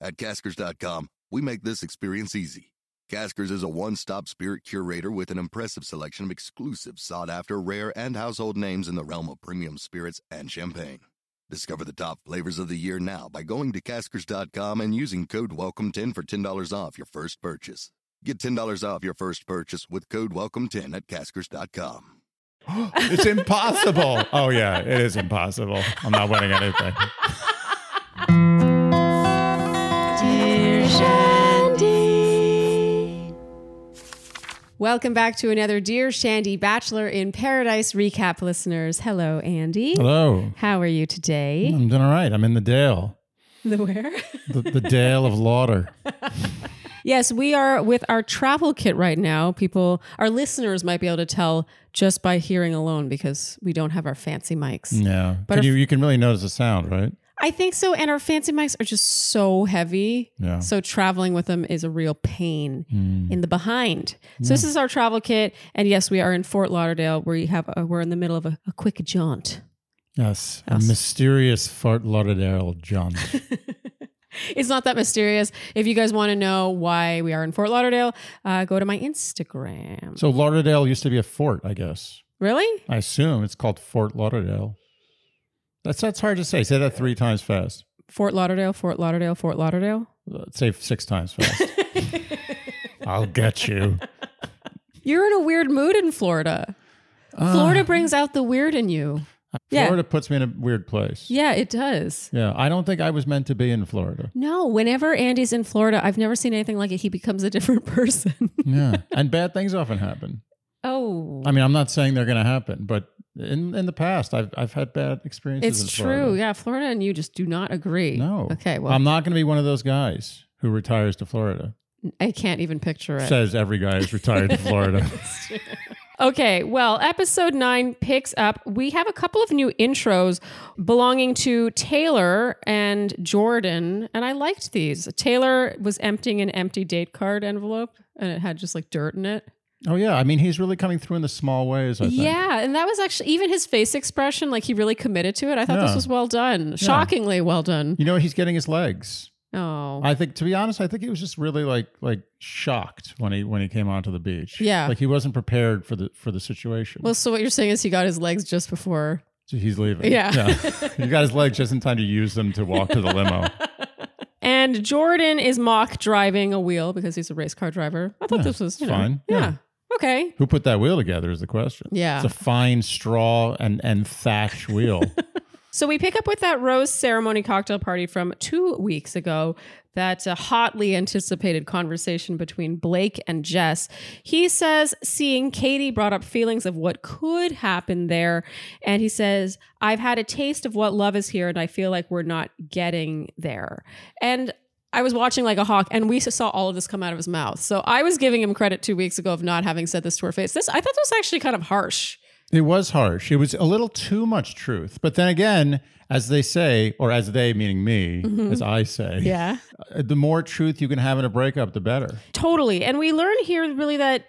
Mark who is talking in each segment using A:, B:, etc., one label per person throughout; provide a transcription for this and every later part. A: At Caskers.com, we make this experience easy. Caskers is a one stop spirit curator with an impressive selection of exclusive, sought after, rare, and household names in the realm of premium spirits and champagne. Discover the top flavors of the year now by going to Caskers.com and using code WELCOME10 for $10 off your first purchase. Get $10 off your first purchase with code WELCOME10 at Caskers.com.
B: it's impossible. oh yeah, it is impossible. I'm not winning anything.
C: Dear Shandy.
D: Welcome back to another Dear Shandy Bachelor in Paradise recap, listeners. Hello, Andy.
B: Hello.
D: How are you today?
B: I'm doing all right. I'm in the Dale,
D: The where?
B: the, the Dale of Lauder.
D: yes, we are with our travel kit right now. People, our listeners might be able to tell just by hearing alone because we don't have our fancy mics.
B: Yeah,
D: But
B: Can
D: if-
B: you you can really notice the sound, right?
D: I think so. And our fancy mics are just so heavy.
B: Yeah. Mm.
D: So traveling with them is a real pain in the behind. So this is our travel kit. And yes, we are in Fort Lauderdale. We have a, we're in the middle of a, a quick jaunt.
B: Yes, a
D: Yes.
B: mysterious Fort Lauderdale John.
D: It's not that mysterious. If you guys want to know why we are in Fort Lauderdale, uh, go to my Instagram.
B: so Lauderdale used to be a fort, I guess.
D: really?
B: I assume it's called Fort Lauderdale. That's that's hard to say. Say that three times fast.
D: Fort Lauderdale, Fort Lauderdale, Fort Lauderdale.
B: Uh, Say six times fast. I'll get you.
D: You're in a weird mood in Florida.
B: Ah.
D: Florida brings out the weird in you. Yeah.
B: Florida puts me in a weird place.
D: Yeah, it does.
B: Yeah, I don't think I was meant to be in Florida.
D: No, whenever Andy's in Florida, I've never seen anything like it. He becomes a different person.
B: Yeah, and bad things often happen.
D: oh,
B: I mean, I'm not saying they're going to happen, but in in the past, I've I've had bad experiences.
D: it's
B: in
D: true.
B: Florida.
D: Yeah, Florida and you just do not agree.
B: No.
D: Okay, well,
B: I'm not going to be one of those guys who retires to Florida.
D: I can't even picture it.
B: Says every guy who's retired to Florida.
D: Okay, well, episode nine picks up. We have a couple of new intros belonging to Taylor and Jordan, and I liked these. Taylor was emptying an empty date card envelope, and it had just like dirt in it.
B: oh yeah, I mean, he's really coming through in the small ways. I think.
D: Yeah, and that was actually even his face expression, like he really committed to it. I thought
B: Yeah.
D: this was well done, shockingly well done.
B: You know, he's getting his legs.
D: Oh,
B: I think, to be honest, I think he was just really like like shocked when he when he came onto the beach.
D: Yeah.
B: like he wasn't prepared for the for the situation.
D: well, so what you're saying is he got his legs just before.
B: So he's leaving.
D: Yeah.
B: you got his legs just in time to use them to walk to the limo.
D: And Jordan is mock driving a wheel because he's a race car driver. I thought
B: Yeah,
D: this was you know,
B: fine.
D: Yeah.
B: Yeah.
D: Okay.
B: Who put that wheel together is the question.
D: Yeah.
B: It's a fine straw and, and thatch wheel.
D: So we pick up with that rose ceremony cocktail party from two weeks ago. That uh, hotly anticipated conversation between Blake and Jess. He says seeing Katie brought up feelings of what could happen there. And he says, I've had a taste of what love is here, and I feel like we're not getting there. And I was watching like a hawk, and we saw all of this come out of his mouth. So I was giving him credit two weeks ago of not having said this to her face. This I thought this was actually kind of harsh.
B: it was harsh. It was a little too much truth. But then again, as they say, or as they, meaning me, as I say,
D: Mm-hmm. Yeah.
B: uh, the more truth you can have in a breakup, the better.
D: Totally. And we learn here really that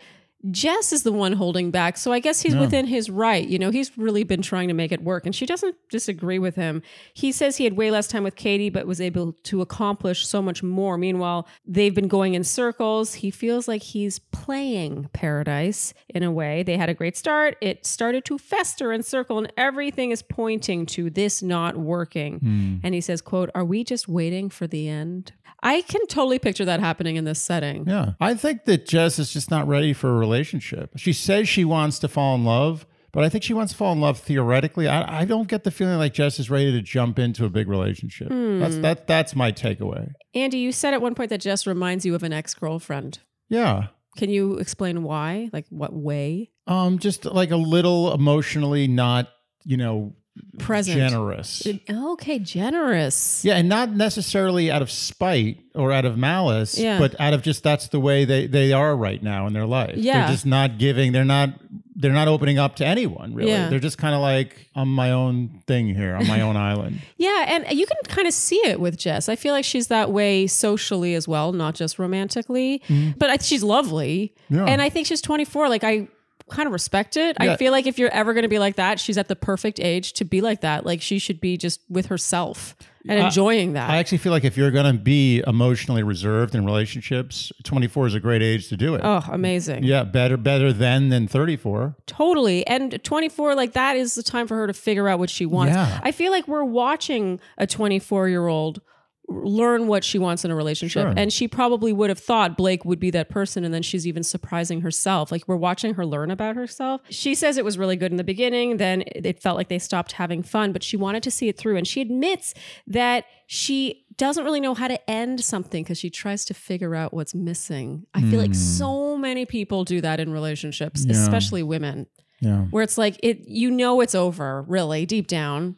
D: Jess is the one holding back. So I guess he's within his right. You know, he's really been trying to make it work. And she doesn't disagree with him. He says he had way less time with Katie, but was able to accomplish so much more. Meanwhile, they've been going in circles. He feels like he's playing paradise in a way. They had a great start. It started to fester and circle, and everything is pointing to this not working. And he says, quote, Are we just waiting for the end? I can totally picture that happening in this setting.
B: Yeah. I think that Jess is just not ready for a relationship. She says she wants to fall in love, but I think she wants to fall in love theoretically. I, I don't get the feeling like Jess is ready to jump into a big relationship.
D: Hmm.
B: That's that that's my takeaway.
D: Andy, you said at one point that Jess reminds you of an ex girlfriend.
B: Yeah.
D: Can you explain why? Like, what way?
B: Um, just like a little emotionally not, you know,
D: present.
B: generous.
D: Okay, generous.
B: Yeah, and not necessarily out of spite or out of malice,
D: Yeah.
B: but out of just that's the way they, they are right now in their life.
D: Yeah.
B: They're just not giving, they're not they're not opening up to anyone really.
D: Yeah.
B: They're just kind of like I'm my own thing here, on my own island.
D: Yeah, and you can kind of see it with Jess. I feel like she's that way socially as well, not just romantically. But I, she's lovely,
B: Mm-hmm. Yeah.
D: and I think she's 24. Like I kind of respect it. I
B: Yeah.
D: feel like if you're ever going to be like that, she's at the perfect age to be like that. Like she should be just with herself and enjoying that.
B: I actually feel like if you're going to be emotionally reserved in relationships, 24 is a great age to do it.
D: oh, amazing.
B: Yeah, better better than than 34.
D: Totally. And 24, like that is the time for her to figure out what she wants.
B: Yeah.
D: I feel like we're watching a 24 year old learn what she wants in a relationship.
B: Sure.
D: And she probably would have thought Blake would be that person. And then she's even surprising herself. Like we're watching her learn about herself. She says it was really good in the beginning. Then it felt like they stopped having fun, but she wanted to see it through. And she admits that she doesn't really know how to end something because she tries to figure out what's missing. I feel
B: Hmm.
D: like so many people do that in relationships, especially women,
B: Yeah.
D: where it's like it you know it's over, really, deep down.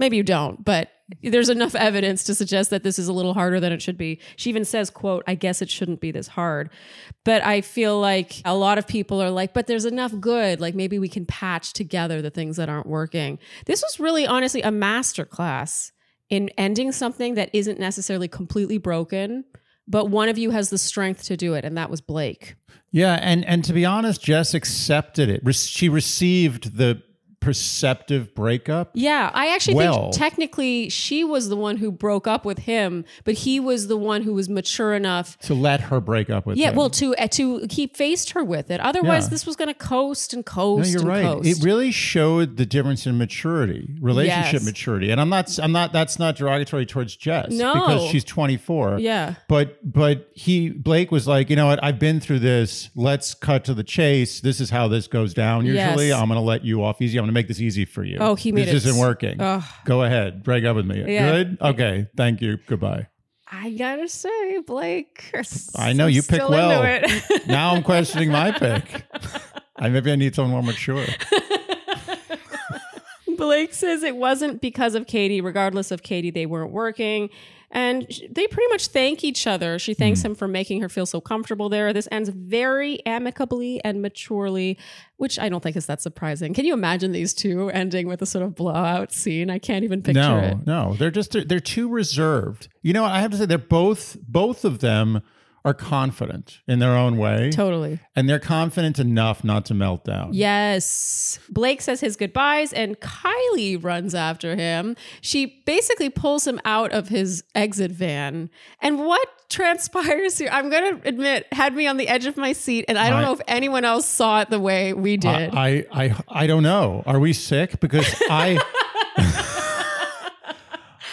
D: Maybe you don't, but there's enough evidence to suggest that this is a little harder than it should be. She even says, quote, I guess it shouldn't be this hard. But I feel like a lot of people are like, but there's enough good. Like maybe we can patch together the things that aren't working. This was really honestly a master class in ending something that isn't necessarily completely broken, but one of you has the strength to do it, and that was Blake.
B: Yeah, and and to be honest, Jess accepted it. Re- she received the perceptive breakup.
D: Yeah, I actually
B: Well-
D: think technically she was the one who broke up with him, but he was the one who was mature enough.
B: To let her break up with
D: Yeah,
B: him.
D: well, to uh, to he faced her with it. Otherwise,
B: Yeah.
D: this was going to coast and
B: No,
D: coast.
B: you're
D: and
B: right.
D: Coast.
B: It really showed the difference in maturity, relationship
D: Yes.
B: maturity. And I'm not I'm not that's not derogatory towards Jess
D: No.
B: because she's 24.
D: Yeah.
B: But but he Blake was like, "You know what? I've been through this. Let's cut to the chase. This is how this goes down usually.
D: Yes.
B: I'm going to let you off easy. I'm going to make this easy for you."
D: Oh, he made
B: This
D: it-
B: isn't working.
D: Ugh.
B: Go ahead. Break up with me.
D: Yeah.
B: Good? Okay. Thank you. Goodbye.
D: I gotta say, Blake.
B: I know, you pick
D: still
B: well.
D: Into it.
B: Now I'm questioning my pick. I maybe I need someone more mature.
D: Blake says it wasn't because of Katie. Regardless of Katie, they weren't working. And sh- they pretty much thank each other. She thanks him for making her feel so comfortable there. This ends very amicably and maturely, which I don't think is that surprising. Can you imagine these two ending with a sort of blowout scene? I can't even picture
B: no,
D: it.
B: no, they're just they're, they're too reserved. You know, I have to say they're both both of them are confident in their own way,
D: Totally.
B: and they're confident enough not to melt down.
D: Yes. Blake says his goodbyes and Kylie runs after him. She basically pulls him out of his exit van. And what transpires here, I'm going to admit, had me on the edge of my seat. And I don't
B: My-
D: know if anyone else saw it the way we did.
B: I, I I I don't know. Are we sick? Because I.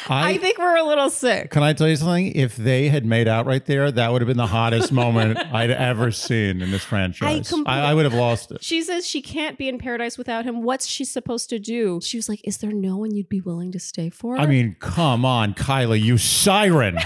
D: I, think we're a little sick.
B: Can I tell you something? If they had made out right there, that would have been the hottest moment I'd ever seen in this franchise.
D: complete-
B: I, I would have lost it.
D: She says she can't be in paradise without him. What's she supposed to do? She was like, Is there no one you'd be willing to stay for?
B: I mean, come on, Kylie, you siren.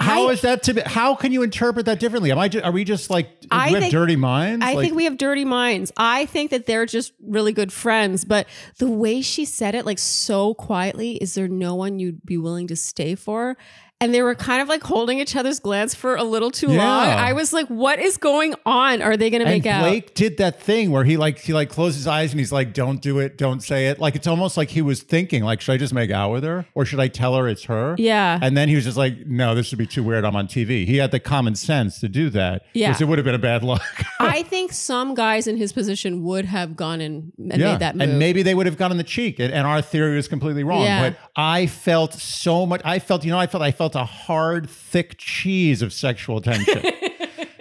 B: How is that to be? How can you interpret that differently? Am I? Just, are we just like do we
D: I
B: have
D: think-
B: dirty minds?
D: I
B: Like,
D: think we have dirty minds. I think that they're just really good friends, but the way she said it, like so quietly, is there no one you'd be willing to stay for? And they were kind of like holding each other's glance for a little too
B: Yeah.
D: long. I was like, what is going on? Are they going to
B: And
D: make out?
B: Blake did that thing where he like he like closed his eyes and he's like, "Don't do it, don't say it." Like it's almost like he was thinking, like, should I just make out with her or should I tell her it's her?
D: Yeah.
B: And then he was just like, "No, this would be too weird. I'm on TV." He had the common sense to do that.
D: Yeah.
B: 'cause it would have been a bad look.
D: I think some guys in his position would have gone and, and made that move.
B: And maybe they would have gotten the cheek. And, and our theory was completely wrong.
D: Yeah.
B: But I felt so much. I felt, you know, I felt I felt a hard, thick cheese of sexual tension. it,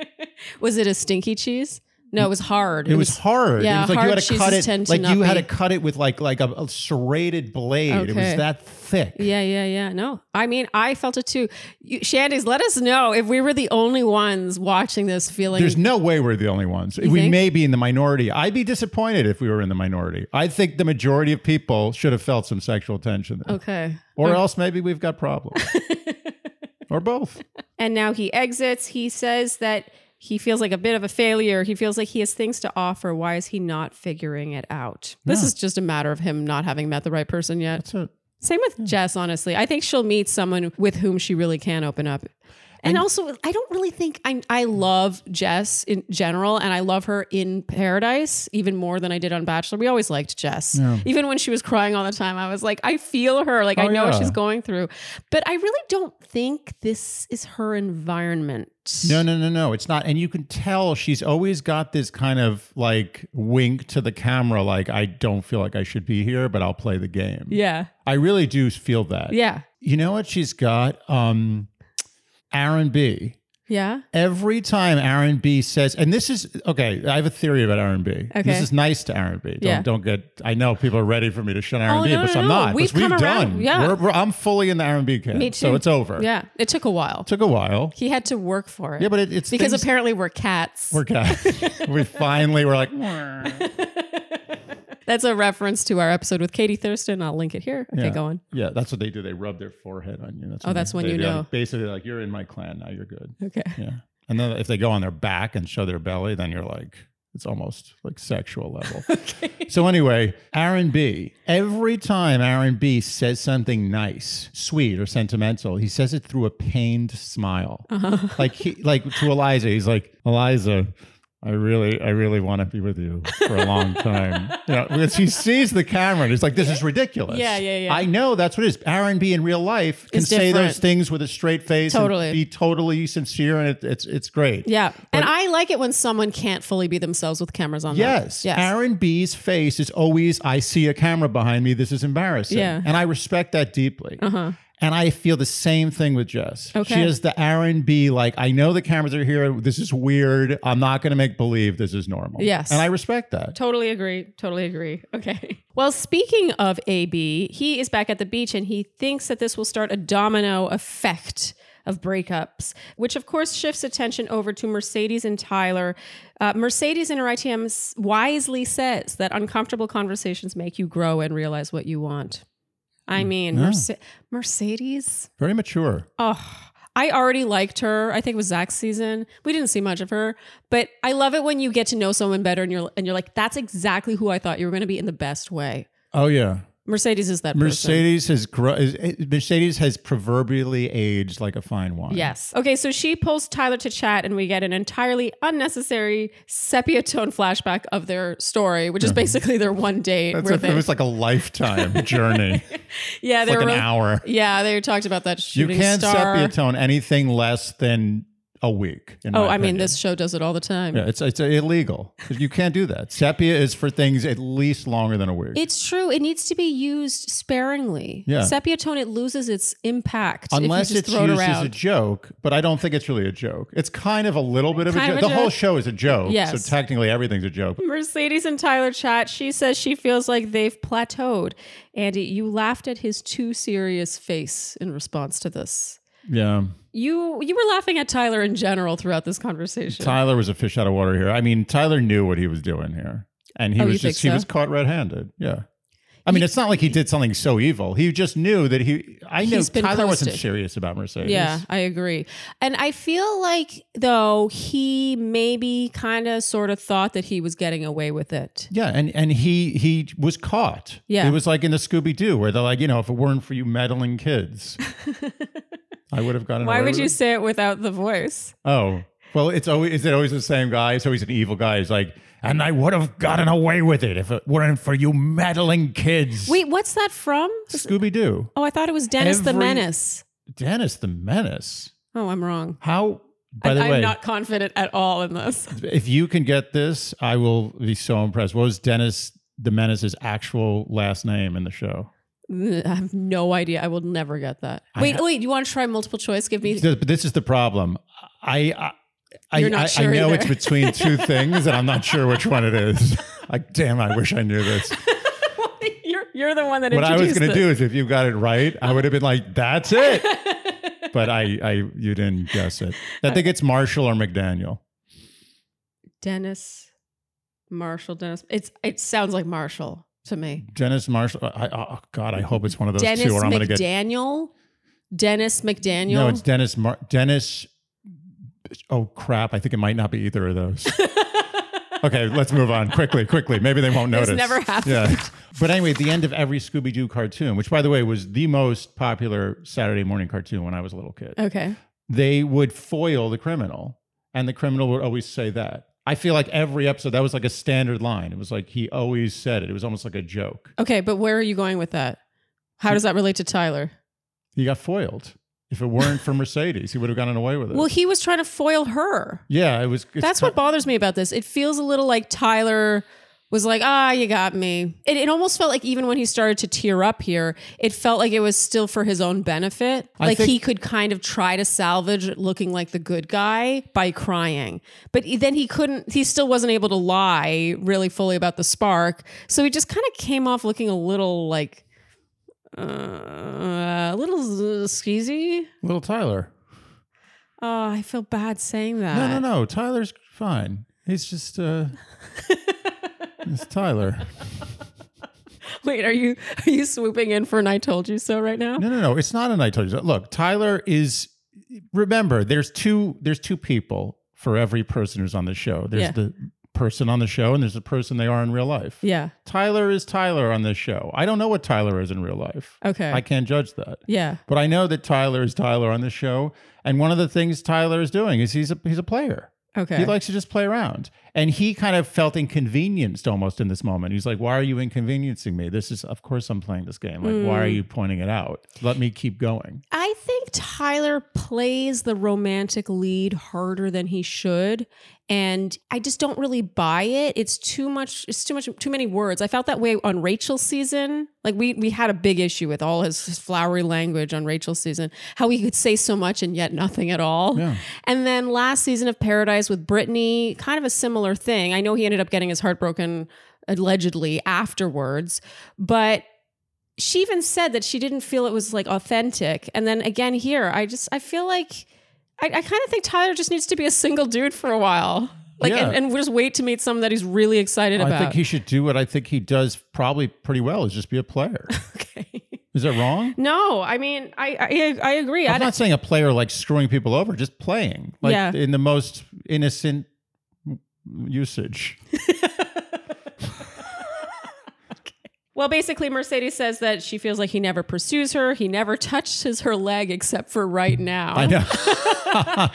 D: was it a stinky cheese? No, it was hard.
B: was, hard.
D: yeah,
B: it was like
D: hard
B: you had to cut
D: cheeses
B: it.
D: tend to
B: like
D: not
B: you had
D: be-
B: to cut it with like like a, a serrated blade. It was
D: Okay.
B: that thick.
D: Yeah, yeah, yeah. No, I mean, I felt it too. You, Shandy's, let us know if we were the only ones watching this feeling.
B: There's no way we're the only ones. We
D: think?
B: may be in the minority. I'd be disappointed if we were in the minority. I think the majority of people should have felt some sexual tension. there.
D: okay.
B: Or else maybe we've got problems. or both.
D: And now he exits. He says that He feels like a bit of a failure. He feels like he has things to offer. Why is he not figuring it out? This
B: Yeah.
D: is just a matter of him not having met the right person yet.
B: That's it.
D: Same
B: Hmm.
D: with Jess, honestly. I think she'll meet someone with whom she really can open up. And, also, I don't really think I I love Jess in general, and I love her in Paradise even more than I did on Bachelor. We always liked Jess,
B: Yeah.
D: even when she was crying all the time. I was like, I feel her, like I
B: Oh,
D: know what
B: yeah.
D: she's going through, but I really don't think this is her environment.
B: No, no, no, no. It's not. And you can tell she's always got this kind of like wink to the camera, like, I don't feel like I should be here, but I'll play the game.
D: yeah,
B: I really do feel that.
D: yeah,
B: You know what she's got? Um, Aaron B.
D: yeah.
B: Every time Aaron B says, and this is okay, I have a theory about Aaron B.
D: Okay.
B: This is nice to Aaron B. Don't,
D: Yeah.
B: don't get, I know people are ready for me to shun Aaron
D: Oh,
B: B,
D: no,
B: but
D: no,
B: I'm
D: no.
B: not. 'cause
D: We've come
B: done.
D: around. Yeah.
B: We're, we're, I'm fully in the Aaron B camp.
D: Me
B: So
D: too.
B: it's over.
D: Yeah, it took a while.
B: Took a while.
D: He had to work for it.
B: Yeah, but it, it's
D: because
B: things-
D: apparently we're cats.
B: We're cats. we finally were like,
D: That's a reference to our episode with Katie Thurston. I'll link it here. Okay,
B: Yeah.
D: go on.
B: yeah, that's what they do. They rub their forehead on you. That's
D: Oh, that's
B: they-
D: when
B: they
D: you
B: do.
D: know.
B: Basically, like you're in my clan now. You're good.
D: Okay.
B: Yeah, and then if they go on their back and show their belly, then you're like, it's almost like sexual level. So anyway, Aaron B. Every time Aaron B. says something nice, sweet, or sentimental, he says it through a pained smile. Like he, like to Eliza, he's like, Eliza, I really, I really want to be with you for a long time. you know, because he sees the camera and he's like, this is ridiculous.
D: Yeah, yeah, yeah.
B: I know that's what it is. Aaron B. in real life can
D: It's
B: say those
D: different.
B: things with a straight face, and
D: Totally.
B: be totally sincere, and it, it's it's great.
D: Yeah. and I like it when someone can't fully be themselves with cameras on. them.
B: Yes.
D: Yes.
B: Aaron B's face is always, I see a camera behind me. This is embarrassing.
D: Yeah.
B: And I respect that deeply. Uh-huh. And I feel the same thing with Jess.
D: Okay.
B: She is the Aaron B, like, I know the cameras are here. This is weird. I'm not going to make believe this is normal.
D: Yes.
B: And I respect that.
D: Totally agree. Totally agree. Okay. Well, speaking of AB, he is back at the beach and he thinks that this will start a domino effect of breakups, which of course shifts attention over to Mercedes and Tyler. Uh, Mercedes in her ITM s- wisely says that uncomfortable conversations make you grow and realize what you want. I mean, Merce- Mercedes.
B: Very mature.
D: Oh, I already liked her. I think it was Zach's season. We didn't see much of her, but I love it when you get to know someone better and you're and you're like, that's exactly who I thought you were going to be in the best way.
B: Oh, yeah.
D: Mercedes is that person.
B: Mercedes has gro- is, it- Mercedes has proverbially aged like a fine wine.
D: Yes. Okay, so she pulls Tyler to chat, and we get an entirely unnecessary sepia tone flashback of their story, which is basically their one date.
B: Uh-huh. That's
D: where
B: a-
D: they-
B: it was like a lifetime journey,
D: yeah, they
B: like an
D: were-
B: hour.
D: Yeah, they talked about that
B: You
D: shooting
B: can't
D: star.
B: sepia tone anything less than a week. in
D: oh,
B: my
D: I mean,
B: opinion.
D: this show does it all the time.
B: Yeah, it's it's illegal. You can't do that. Sepia is for things at least longer than a week.
D: It's true. It needs to be used sparingly.
B: Yeah.
D: Sepia tone, it loses its impact
B: Unless
D: if you
B: it's
D: just throw it
B: used
D: around.
B: as a joke, but I don't think it's really a joke. It's kind of a little bit of a
D: Kind
B: joke.
D: of a
B: the whole
D: joke.
B: show is a joke,
D: Yes.
B: so technically everything's a joke.
D: Mercedes and Tyler chat. She says she feels like they've plateaued. Andy, you laughed at his too serious face in response to this.
B: Yeah,
D: You you were laughing at Tyler in general throughout this conversation.
B: Tyler was a fish out of water here. I mean, Tyler knew what he was doing here, and he
D: Oh, you
B: was
D: think
B: just he
D: so?
B: was caught red-handed. Yeah. I mean, it's not like he did something so evil. He just knew that he. I know
D: He's been
B: Tyler wasn't
D: coasted.
B: serious about Mercedes.
D: Yeah, I agree. And I feel like though he maybe kind of sort of thought that he was getting away with it.
B: Yeah, and and he he was caught.
D: Yeah.
B: it was like in the Scooby Doo where they're like, you know, if it weren't for you meddling kids, I would have gotten.
D: Why
B: away
D: would
B: with
D: you
B: it.
D: say it without the voice?
B: Oh, well, it's always is it always the same guy? So he's an evil guy. He's like, and I would have gotten away with it if it weren't for you meddling kids.
D: Wait, what's that from?
B: Scooby Doo,
D: Oh, I thought it was Dennis the
B: Every-
D: Menace.
B: Dennis the Menace.
D: Oh, I'm wrong.
B: How? By
D: I,
B: the
D: I'm
B: way,
D: not confident at all in this.
B: if you can get this, I will be so impressed. What was Dennis the Menace's actual last name in the show?
D: I have no idea. I will never get that. Wait,
B: ha-
D: wait. You want to try multiple choice? Give me.
B: Th- But this is the problem. I I, I,
D: You're not
B: I,
D: sure
B: I know
D: either.
B: it's between two things, and I'm not sure which one it is. Like, damn, I wish I knew this.
D: you're you're the one that
B: What I was
D: introduced
B: going to do
D: this.
B: is, if you got it right, I would have been like, "That's it." But I, I, you didn't guess it. I think it's Marshall or McDaniel.
D: Dennis Marshall. Dennis. It's it sounds like Marshall to me.
B: Dennis Marshall. I, I- oh God, I hope it's one of those
D: Dennis
B: two, or I'm going to get.
D: McDaniel. Dennis McDaniel.
B: No, it's Dennis. Mar- Dennis Oh crap! I think it might not be either of those. okay, let's move on quickly, quickly. Maybe they won't
D: This
B: notice.
D: never happened.
B: Yeah. But anyway, at the end of every Scooby Doo cartoon, which by the way was the most popular Saturday morning cartoon when I was a little kid,
D: Okay.
B: they would foil the criminal, and the criminal would always say that. I feel like every episode that was like a standard line. It was like he always said it. It was almost like a joke.
D: Okay, but where are you going with that? How does that relate to Tyler?
B: He got foiled. If it weren't for Mercedes, he would have gotten away with it.
D: Well, he was trying to foil her.
B: yeah, it was. it's
D: That's
B: cut-
D: what bothers me about this. It feels a little like Tyler was like, ah, you got me. It, it almost felt like even when he started to tear up here, it felt like it was still for his own benefit.
B: I
D: like
B: think-
D: he could kind of try to salvage looking like the good guy by crying. But he- then he couldn't, he still wasn't able to lie really fully about the spark. So he just kind of came off looking a little like, uh, a little z- skeezy.
B: little Tyler.
D: Oh, I feel bad saying that.
B: No, no, no. Tyler's fine. He's just uh It's Tyler.
D: Wait, are you are you swooping in for an I told you so right now?
B: No, no, no. It's not an I told you so. Look, Tyler is remember, there's two there's two people for every person who's on the show. There's
D: Yeah.
B: the person on the show and there's the person they are in real life.
D: Yeah.
B: Tyler is Tyler on this show. I don't know what Tyler is in real life.
D: Okay.
B: I can't judge that.
D: yeah.
B: But I know that Tyler is Tyler on this show. And one of the things Tyler is doing is he's a he's a player.
D: Okay.
B: He likes to just play around. And he kind of felt inconvenienced almost in this moment. He's like, Why are you inconveniencing me? This is, of course, I'm playing this game. Like, why
D: Hmm.
B: are you pointing it out? Let me keep going.
D: I think Tyler plays the romantic lead harder than he should. And I just don't really buy it. It's too much, it's too much, too many words. I felt that way on Rachel's season. Like we we had a big issue with all his, his flowery language on Rachel's season, how he could say so much and yet nothing at all.
B: Yeah.
D: And then last season of Paradise with Brittany, kind of a similar thing. I know he ended up getting his heart broken allegedly afterwards, but she even said that she didn't feel it was like authentic. And then again here, I just I feel like I, I kind of think Tyler just needs to be a single dude for a while. Like
B: Yeah.
D: and, and just wait to meet someone that he's really excited
B: I
D: about.
B: think he should do what I think he does probably pretty well is just be a player.
D: okay.
B: Is that wrong?
D: No, I mean I I, I agree. I
B: I'm
D: don't,
B: not saying a player like screwing people over, just playing. Like
D: Yeah.
B: in the most innocent usage.
D: well, basically Mercedes says that she feels like he never pursues her. He never touches her leg except for right now.
B: I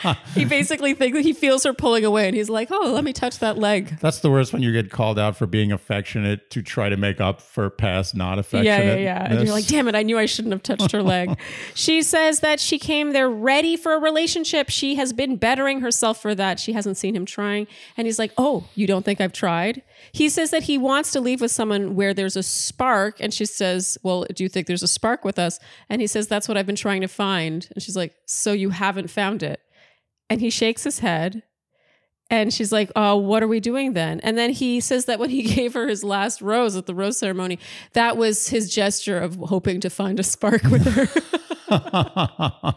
B: know.
D: he basically thinks he feels her pulling away and he's like, "Oh, let me touch that leg."
B: That's the worst when you get called out for being affectionate to try to make up for past not affectionate.
D: Yeah, yeah, yeah. And you're like, damn it, I knew I shouldn't have touched her leg. she says that she came there ready for a relationship. She has been bettering herself for that. She hasn't seen him trying. And he's like, oh, you don't think I've tried? He says that he wants to leave with someone where there's a spark. And she says, well, do you think there's a spark with us? And he says, that's what I've been trying to find. And she's like, so you haven't found it. And he shakes his head. And she's like, "Oh, what are we doing then?" And then he says that when he gave her his last rose at the rose ceremony, that was his gesture of hoping to find a spark with her.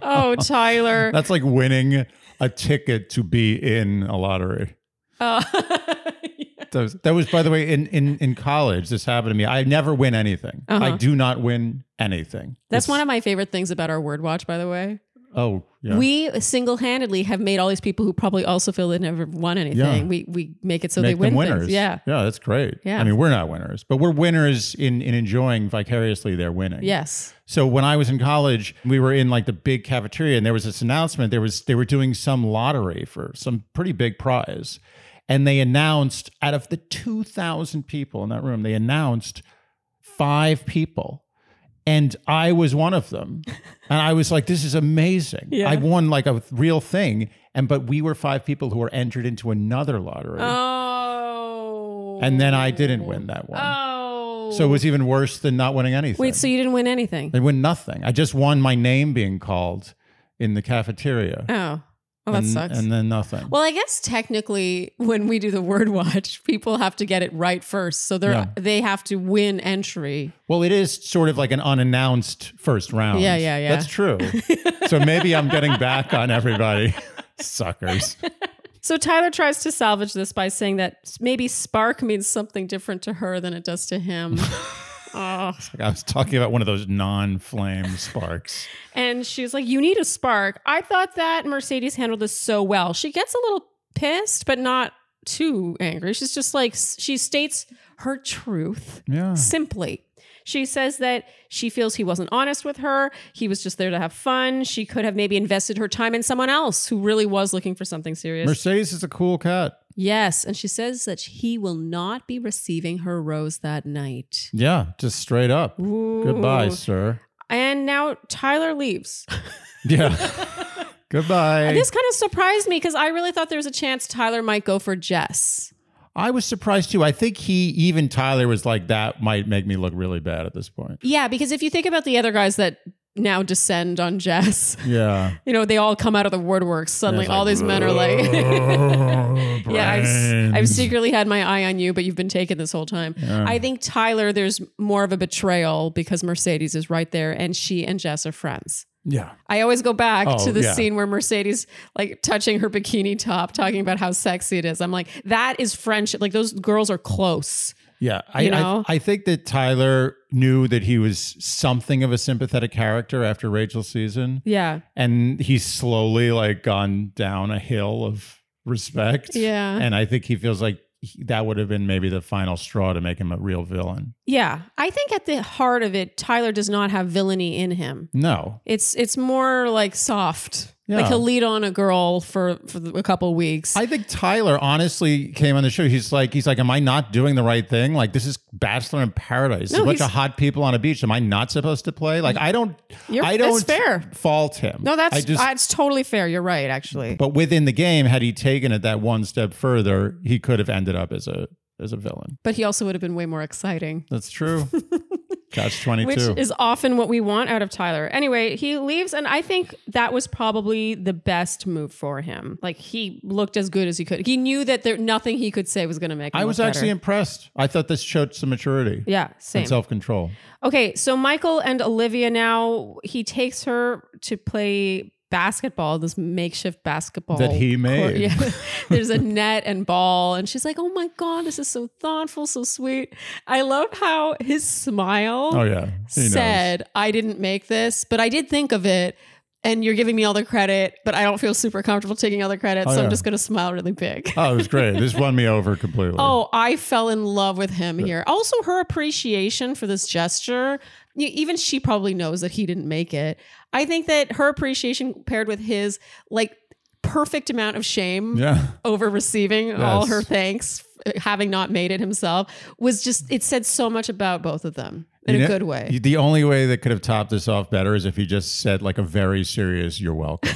D: oh, Tyler.
B: That's like winning a ticket to be in a lottery.
D: Oh.
B: That was, that was, by the way, in, in, in college, this happened to me. I never win anything.
D: Uh-huh.
B: I do not win anything.
D: That's one of my favorite things about our word watch, by the way.
B: Oh, yeah.
D: We single handedly have made all these people who probably also feel they never won anything.
B: Yeah.
D: We we make it so they
B: Make
D: win
B: them
D: things.
B: winners.
D: Yeah.
B: Yeah, that's great.
D: Yeah.
B: I mean, we're not winners, but we're winners in, in enjoying vicariously their winning.
D: Yes.
B: So when I was in college, we were in like the big cafeteria and there was this announcement there was they were doing some lottery for some pretty big prize. And they announced out of the 2000 people in that room, they announced five people. And I was one of them. And I was like this is amazing. I won like a real thing and but we were five people who were entered into another lottery.
D: Oh.
B: And then I didn't win that one.
D: Oh.
B: So it was even worse than not winning anything.
D: Wait, so you didn't win anything?
B: They win nothing. I just won my name being called in the cafeteria.
D: Oh. Well, that
B: and,
D: sucks.
B: And then nothing.
D: Well, I guess technically, when we do the word watch, people have to get it right first, so they're
B: Yeah.
D: they have to win entry.
B: Well, it is sort of like an unannounced first round.
D: Yeah, yeah, yeah.
B: That's true. so maybe I'm getting back on everybody. Suckers.
D: So Tyler tries to salvage this by saying that maybe spark means something different to her than it does to him. Oh.
B: Like I was talking about one of those non-flame sparks.
D: And she's like, You need a spark. I thought that Mercedes handled this so well. She gets a little pissed, but not too angry. She's just like, she states her truth
B: Yeah.
D: simply. She says that she feels he wasn't honest with her. He was just there to have fun. She could have maybe invested her time in someone else who really was looking for something serious.
B: Mercedes is a cool cat.
D: yes. And she says that he will not be receiving her rose that night.
B: Yeah, just straight up. Goodbye,
D: Ooh.
B: sir.
D: And now Tyler leaves.
B: Yeah. Goodbye.
D: This kind of surprised me because I really thought there was a chance Tyler might go for Jess.
B: I was surprised too. I think he, even Tyler, was like, that might make me look really bad at this point.
D: Yeah, because if you think about the other guys that now descend on Jess,
B: Yeah.
D: you know, they all come out of the woodwork. Suddenly,
B: it's
D: all
B: like,
D: these men are like, Yeah, I've, s- I've
B: brains.
D: secretly had my eye on you, but you've been taken this whole time. I think Tyler, there's more of a betrayal because Mercedes is right there and she and Jess are friends.
B: Yeah.
D: I always go back
B: Oh,
D: to the
B: yeah.
D: scene where Mercedes like touching her bikini top, talking about how sexy it is. I'm like, that is friendship. Like those girls are close.
B: Yeah. I,
D: You know?
B: I, I think that Tyler knew that he was something of a sympathetic character after Rachel's season.
D: Yeah.
B: And he's slowly like gone down a hill of respect.
D: Yeah.
B: And I think he feels like he, that would have been maybe the final straw to make him a real villain.
D: Yeah. I think at the heart of it, Tyler does not have villainy in him.
B: No.
D: It's it's more like soft.
B: Yeah.
D: Like he'll lead on a girl for, for a couple weeks.
B: I think Tyler honestly came on the show. He's like, he's like, am I not doing the right thing? Like, this is Bachelor in Paradise.
D: No,
B: a bunch
D: he's-
B: of hot people on a beach. Am I not supposed to play? Like, I don't,
D: You're-
B: I don't
D: that's fair.
B: fault him.
D: No, that's
B: I just,
D: that's totally fair. You're right, actually.
B: but within the game, had he taken it that one step further, he could have ended up as a as a villain.
D: But he also would have been way more exciting,
B: That's true. Catch twenty
D: which
B: two.
D: is often what we want out of Tyler. Anyway, he leaves, and I think that was probably the best move for him. Like he looked as good as he could. He knew that there nothing he could say was going to make. Him
B: I
D: look
B: was actually
D: better.
B: impressed. I thought this showed some maturity
D: yeah, same.
B: and self control.
D: Okay, so Michael and Olivia now he takes her to play basketball, this makeshift basketball
B: That he made.
D: Yeah. There's a net and ball, and she's like, "Oh my god, this is so thoughtful, so sweet." I love how his smile
B: Oh yeah, he knows.
D: said, "I didn't make this, but I did think of it." And you're giving me all the credit, but I don't feel super comfortable taking all the credit,
B: Oh,
D: so
B: yeah.
D: I'm just going to smile really big.
B: Oh, it was great. This won me over completely.
D: Oh, I fell in love with him here. Also, her appreciation for this gesture. y- Even she probably knows that he didn't make it. I think that her appreciation paired with his like perfect amount of shame
B: yeah.
D: over receiving all
B: Yes.
D: her thanks, f- having not made it himself, was just it said so much about both of them in
B: You
D: a
B: know,
D: good way.
B: you- The only way that could have topped this off better is if he just said like a very serious "You're welcome."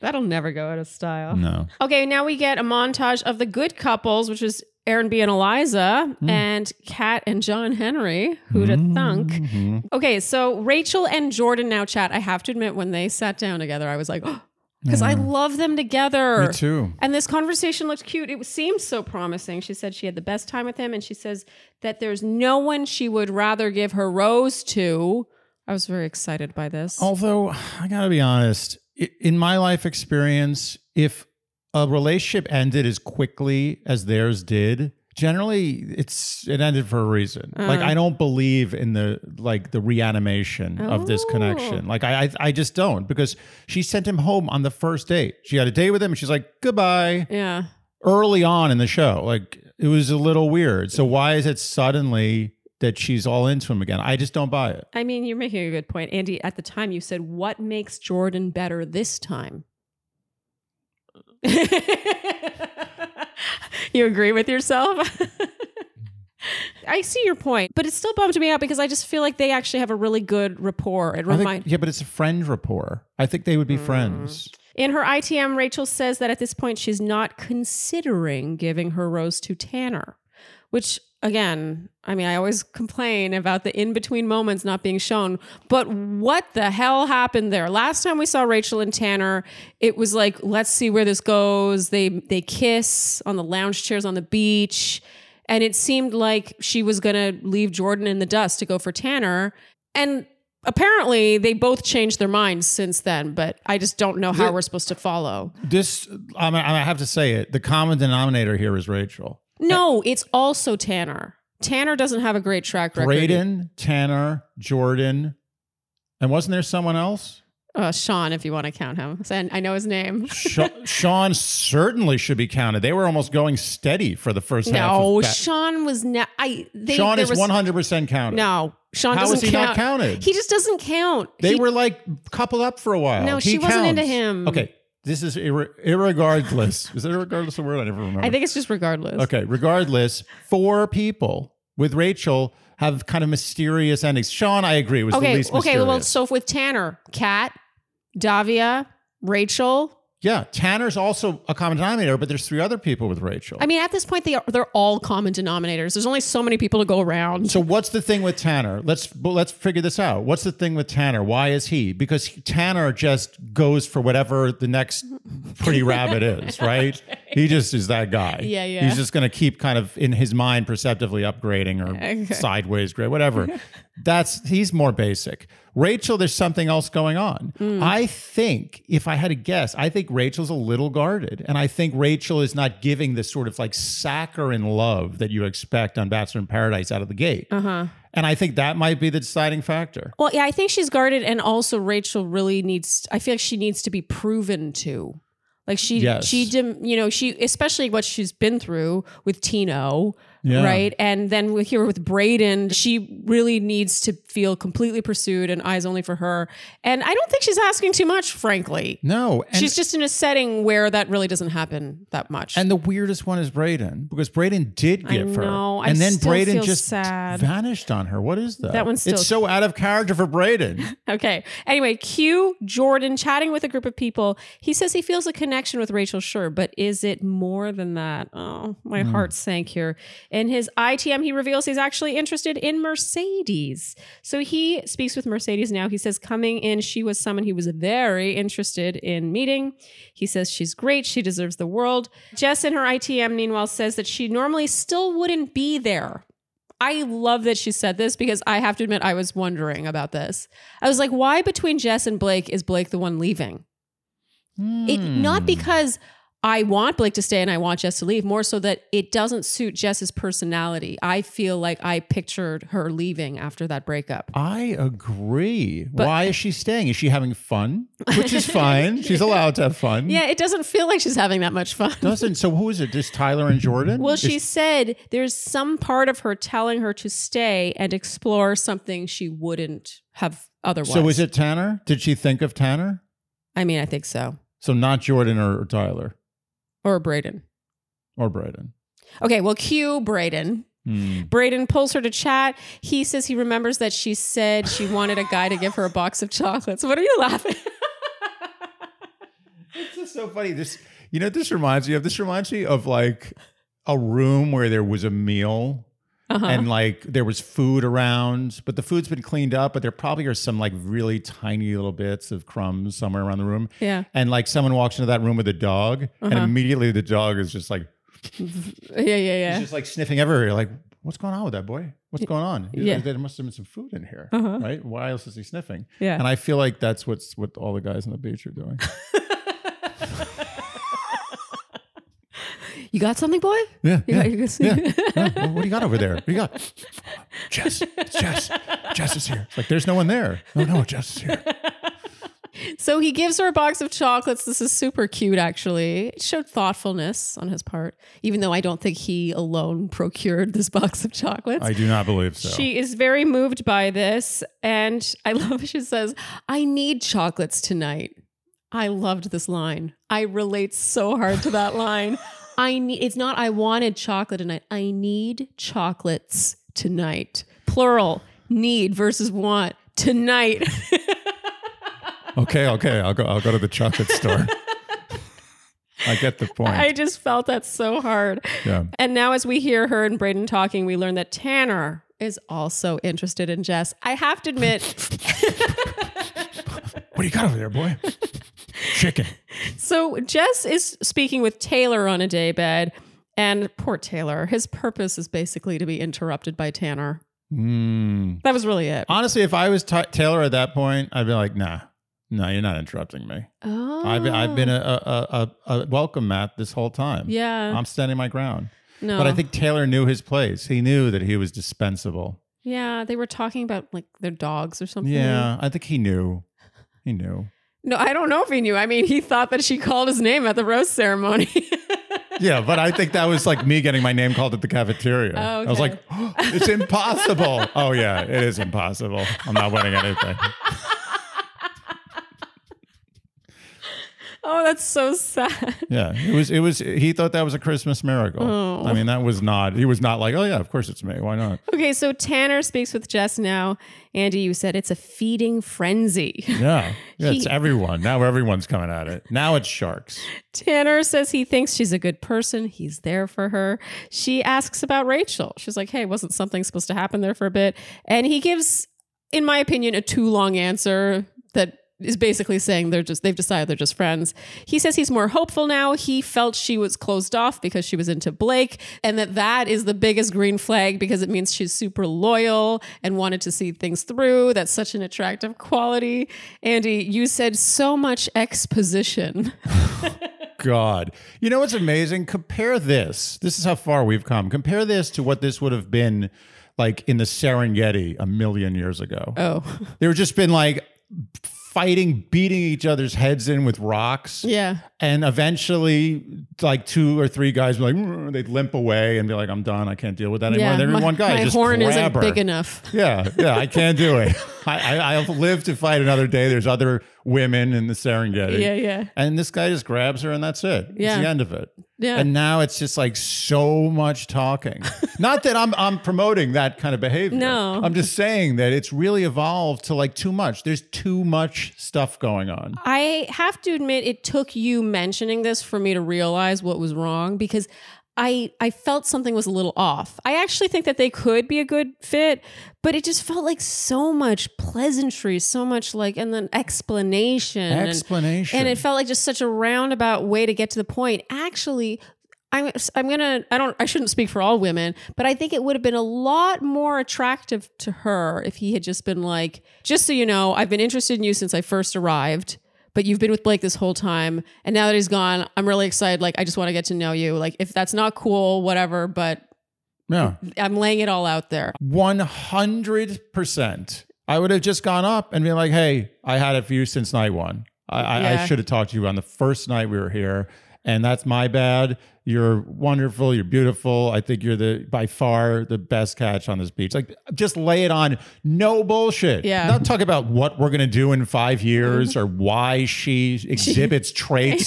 D: That'll never go out of style.
B: no,
D: Okay, now we get a montage of the good couples, which is Aaron B and Eliza
B: Mm.
D: and Kat and John Henry. Who'd have thunk?
B: Mm-hmm.
D: Okay, so Rachel and Jordan now chat. I have to admit, when they sat down together, I was like, because I love them together.
B: me too.
D: And this conversation looked cute. It seemed so promising. She said she had the best time with him, and she says that there's no one she would rather give her rose to. I was very excited by this.
B: Although I gotta be honest, i- in my life experience, if a relationship ended as quickly as theirs did, generally it's it ended for a reason.
D: Uh.
B: Like I don't believe in the like the reanimation of
D: Oh.
B: this connection. Like I, I I just don't because she sent him home on the first date. She had a date with him, and she's like goodbye.
D: Yeah.
B: early on in the show. Like it was a little weird. So why is it suddenly that she's all into him again? I just don't buy it.
D: I mean, you're making a good point. Andy, at the time you said, What makes Jordan better this time? you agree with yourself? I see your point, but it still bummed me out because I just feel like they actually have a really good rapport. It
B: I think-
D: reminds
B: yeah, but it's a friend rapport. I think they would be
D: Mm.
B: friends.
D: in her ITM, Rachel says that at this point she's not considering giving her rose to Tanner, which again, I mean, I always complain about the in between moments not being shown, but what the hell happened there? Last time we saw Rachel and Tanner, it was like, let's see where this goes. They they kiss on the lounge chairs on the beach, and it seemed like she was going to leave Jordan in the dust to go for Tanner, and apparently they both changed their minds since then but i just don't know how we're supposed to follow
B: This, I'm, I have to say it. The common denominator here is Rachel.
D: no it's also tanner Tanner doesn't have a great track record.
B: Braden, Tanner, Jordan. And wasn't there someone else?
D: Uh, Sean, if you want to count him. And I know his name.
B: Sha- Sean certainly should be counted. They were almost going steady for the first half. of
D: No,
B: that.
D: Sean was not. I. They,
B: Sean
D: there
B: is
D: was,
B: 100% counted.
D: No, Sean
B: How is
D: doesn't
B: he
D: count.
B: not counted?
D: He just doesn't count.
B: They
D: He-
B: were like coupled up for a while.
D: No,
B: He
D: she wasn't into
B: counts.
D: him.
B: Okay, this is ir- irregardless. is it irregardless a word? I never remember.
D: I think it's just regardless.
B: Okay, regardless, four people with Rachel have kind of mysterious endings. Sean, I agree, was the
D: Okay.
B: least
D: Okay.
B: mysterious.
D: Well, so with Tanner, Kat, Davia, Rachel.
B: yeah, Tanner's also a common denominator, but there's three other people with Rachel.
D: I mean, at this point, they are, they're all common denominators. There's only so many people to go around.
B: so what's the thing with Tanner? Let's well, let's figure this out. What's the thing with Tanner? Why is he? Because he- Tanner just goes for whatever the next pretty rabbit is, right? He just is that guy.
D: Yeah, yeah.
B: He's just going to keep kind of in his mind perceptively upgrading or sideways grade, whatever. That's he's more basic. Rachel, there's something else going on.
D: Hmm.
B: I think, if I had to guess, I think Rachel's a little guarded. And I think Rachel is not giving this sort of like saccharine love that you expect on Bachelor in Paradise out of the gate. Uh-huh. And I think that might be the deciding factor.
D: Well, yeah, I think she's guarded, and also Rachel really needs. I feel like she needs to be proven to. Like she,
B: Yes.
D: she, dim- you know, she, especially what she's been through with Tino,
B: Yeah.
D: right? And then we here with Braden, she really needs to feel completely pursued and eyes only for her. And I don't think she's asking too much, frankly.
B: No. And
D: she's just in a setting where that really doesn't happen that much.
B: And the weirdest one is Braden because Braden did give her,
D: know. I
B: and then
D: still
B: Braden
D: feel
B: just
D: sad.
B: vanished on her. What is that?
D: That one's still-
B: it's so out of character for Braden.
D: Okay. Anyway, Q Jordan chatting with a group of people. He says he feels a connection with Rachel, sure, but is it more than that? Oh, my heart sank here. In his ITM, he reveals he's actually interested in Mercedes. So he speaks with Mercedes now. He says coming in, she was someone he was very interested in meeting. He says she's great. She deserves the world. Jess in her ITM, meanwhile, says that she normally still wouldn't be there. I love that she said this because I have to admit I was wondering about this. I was like, why between Jess and Blake is Blake the one leaving? It
B: Hmm.
D: not because I want Blake to stay and I want Jess to leave, more so that it doesn't suit Jess's personality. I feel like I pictured her leaving after that breakup.
B: I agree. Why is she staying? Is she having fun? Which is fine. She's allowed to have fun.
D: Yeah, it doesn't feel like she's having that much fun.
B: Doesn't so who is it? Just Tyler and Jordan?
D: Well,
B: Is-
D: she said there's some part of her telling her to stay and explore something she wouldn't have otherwise.
B: So is it Tanner? Did she think of Tanner?
D: I mean, I think so.
B: So not Jordan or, or Tyler
D: Or Braden.
B: or Braden.
D: Okay, well, cue Braden.
B: Hmm.
D: Braden pulls her to chat. He says he remembers that she said she wanted a guy to give her a box of chocolates. What are you laughing?
B: It's just so funny. This, you know, what this reminds me of. This reminds me of like a room where there was a meal
D: Uh-huh.
B: and like there was food around, but the food's been cleaned up, but there probably are some like really tiny little bits of crumbs somewhere around the room.
D: Yeah.
B: And like someone walks into that room with a dog, and
D: Uh-huh.
B: immediately the dog is just like
D: yeah, yeah,
B: he's
D: yeah.
B: just like sniffing everywhere. You're like, what's going on with that boy? What's going on? He's
D: Yeah. Uh-huh.
B: like, There must have been some food in here, right? Why else is he sniffing?
D: Yeah.
B: And I feel like that's what's what all the guys on the beach are doing.
D: You got something, boy?
B: Yeah.
D: You
B: yeah,
D: got- you got-
B: yeah, yeah. Well, What do you got over there? What do you got? Jess. It's Jess. Jess is here. It's like, there's no one there. No, no, Jess is here.
D: So he gives her a box of chocolates. This is super cute, actually. It showed thoughtfulness on his part, even though I don't think he alone procured this box of chocolates.
B: I do not believe so.
D: She is very moved by this. And I love, she says, I need chocolates tonight. I loved this line. I relate so hard to that line. I need, it's not I wanted chocolate tonight. I need chocolates tonight. Plural, need versus want tonight.
B: okay, okay. I'll go. I'll go to the chocolate store. I get the point.
D: I just felt that so hard.
B: yeah.
D: And now, as we hear her and Braden talking, we learn that Tanner is also interested in Jess. I have to admit,
B: What do you got over there, boy? Chicken.
D: So Jess is speaking with Taylor on a daybed, and poor Taylor, his purpose is basically to be interrupted by Tanner.
B: Mm.
D: That was really it.
B: Honestly, if I was Ty Taylor at that point, I'd be like, nah, no, you're not interrupting me.
D: Oh,
B: I've I've been a, a, a, a welcome mat this whole time.
D: Oh. yeah.
B: I'm standing my ground.
D: No.
B: um, But I think Taylor knew his place. He knew that he was dispensable.
D: Yeah, they were talking about like their dogs or something.
B: Yeah, I think he knew. He knew.
D: No, I don't know if he knew. I mean, he thought that she called his name at the roast ceremony.
B: Yeah, but I think that was like me getting my name called at the cafeteria.
D: Oh,
B: I was like,
D: okay.
B: it's impossible. oh, yeah, it is impossible. I'm not winning anything.
D: oh, that's so sad.
B: Yeah, it was, it was, he thought that was a Christmas miracle.
D: Oh.
B: I mean, that was not, he was not like, oh, yeah, of course it's me. Why not?
D: Okay, so Tanner speaks with Jess now. Andy, you said it's a feeding frenzy.
B: Yeah. yeah it's
D: He-
B: everyone. Now everyone's coming at it. Now it's sharks.
D: Tanner says he thinks she's a good person. He's there for her. She asks about Rachel. She's like, hey, wasn't something supposed to happen there for a bit? And he gives, in my opinion, a too long answer that is basically saying they're just, they've decided they're just friends. He says he's more hopeful now. He felt she was closed off because she was into Blake and that that is the biggest green flag because it means she's super loyal and wanted to see things through. That's such an attractive quality. Andy, you said so much exposition.
B: God. You know what's amazing? Compare this. This is how far we've come. Compare this to what this would have been like in the Serengeti a million years ago.
D: Oh.
B: They were just been like fighting, beating each other's heads in with rocks.
D: Yeah.
B: And eventually, like two or three guys were like, "Mm," they'd limp away and be like, I'm done. I can't deal with that anymore.
D: yeah.
B: and then
D: my,
B: one guy
D: my
B: just
D: horn
B: grab
D: isn't
B: her.
D: big enough.
B: Yeah, yeah, I can't do it. I, I, I'll live to fight another day. There's other women in the Serengeti.
D: Yeah, yeah.
B: And this guy just grabs her, and that's it.
D: Yeah.
B: It's the end of it.
D: Yeah.
B: And now it's just like so much talking. Not that I'm I'm promoting that kind of behavior.
D: No.
B: I'm just saying that it's really evolved to like too much. There's too much stuff going on.
D: I have to admit it took you mentioning this for me to realize what was wrong because I I felt something was a little off. I actually think that they could be a good fit, but it just felt like so much pleasantry, so much like and then explanation. and-
B: Explanation.
D: And it felt like just such a roundabout way to get to the point. Actually, I'm I'm gonna I don't I shouldn't speak for all women, but I think it would have been a lot more attractive to her if he had just been like, just so you know, I've been interested in you since I first arrived, but you've been with Blake this whole time, and now that he's gone, I'm really excited. Like I just want to get to know you. Like if that's not cool, whatever, but
B: yeah.
D: I'm laying it all out there.
B: One hundred percent. I would have just gone up and been like, "Hey, I had it for you since night one. I, I, I
D: Yeah.
B: should have talked to you on the first night we were here, and that's my bad. You're wonderful. You're beautiful. I think you're the by far the best catch on this beach. Like, just lay it on. No bullshit.
D: Yeah.
B: Not talk about what we're gonna do in five years or why she exhibits traits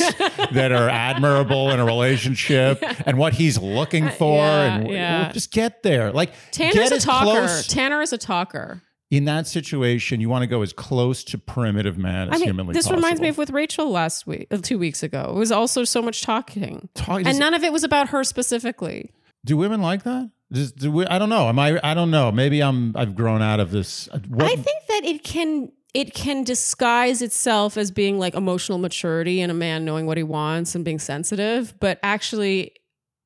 B: that are admirable in a relationship and what he's looking for.
D: Uh, yeah,
B: and
D: yeah.
B: just get there. Like,
D: Tanner's
B: Get
D: a
B: as
D: talker.
B: close-
D: Tanner is a talker.
B: in that situation, you want to go as close to primitive man as
D: I mean,
B: humanly
D: this
B: possible.
D: reminds me of with Rachel last week, uh, two weeks ago. It was also so much talking,
B: Talk-
D: and none of it was about her specifically.
B: do women like that? Does, do we, I don't know. Am I? I don't know. Maybe I'm. I've grown out of this. uh, What,
D: I think that it can it can disguise itself as being like emotional maturity and a man knowing what he wants and being sensitive, but actually.